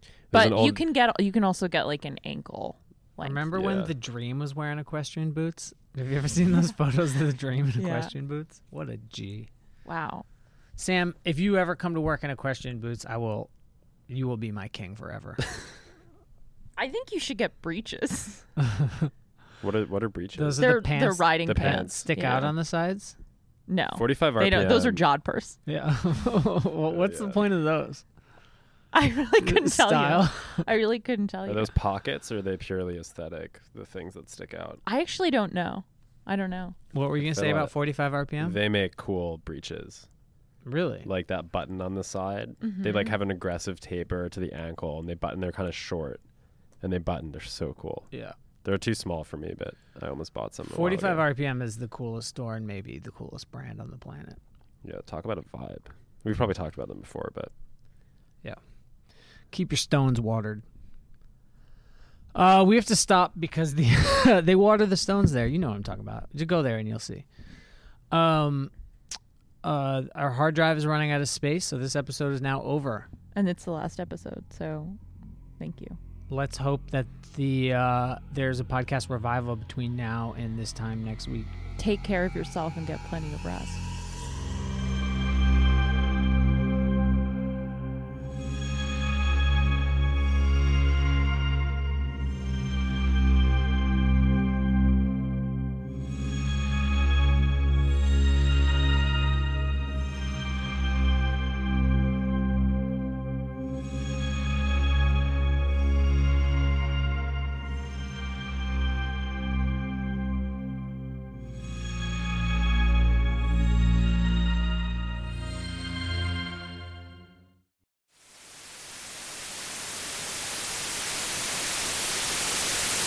B: There's
C: but
B: an
C: you
B: old-
C: can get you can also get like an ankle. Like,
A: Remember when
B: Yeah.
A: the Dream was wearing equestrian boots? Have you ever seen those photos of the Dream in
C: Yeah.
A: equestrian boots? What a G.
C: wow,
A: Sam, if you ever come to work in equestrian boots, I will. You will be my king forever.
C: I think you should get breeches.
B: What are What are breeches?
A: Those are
C: they're
A: the pants
C: they're riding
B: the
A: that
B: pants.
A: stick
C: yeah.
A: out on the sides.
C: No,
B: Forty five RPM.
C: they don't. Those are jodhpurs.
A: Yeah. What- What's the
B: yeah.
A: point of those?
C: I really couldn't tell
A: Style.
C: you. I really couldn't tell
B: Are
C: you.
B: those pockets or are they purely aesthetic? The things that stick out.
C: I actually don't know. I don't know.
A: What were you gonna say
B: Fiddle
A: about
B: it.
A: 45 RPM?
B: They make cool breeches.
A: really?
B: Like that button on the side. They
C: Mm-hmm.
B: like have an aggressive taper to the ankle and they button they're kind of short. And they button, they're so cool.
A: yeah.
B: They're too small for me, but I almost bought some. a while
A: 45
B: ago.
A: RPM is the coolest store and maybe the coolest brand on the planet.
B: Yeah, talk about a vibe. We've probably talked about them before, but
A: Keep your stones watered. Uh, we have to stop because the they water the stones there. You know what I'm talking about. Just go there and you'll see. Um, uh, our hard drive is running out of space, so this episode is now over.
C: And it's the last episode, so thank you.
A: Let's hope that the uh, there's a podcast revival between now and this time next week.
C: Take care of yourself and get plenty of rest.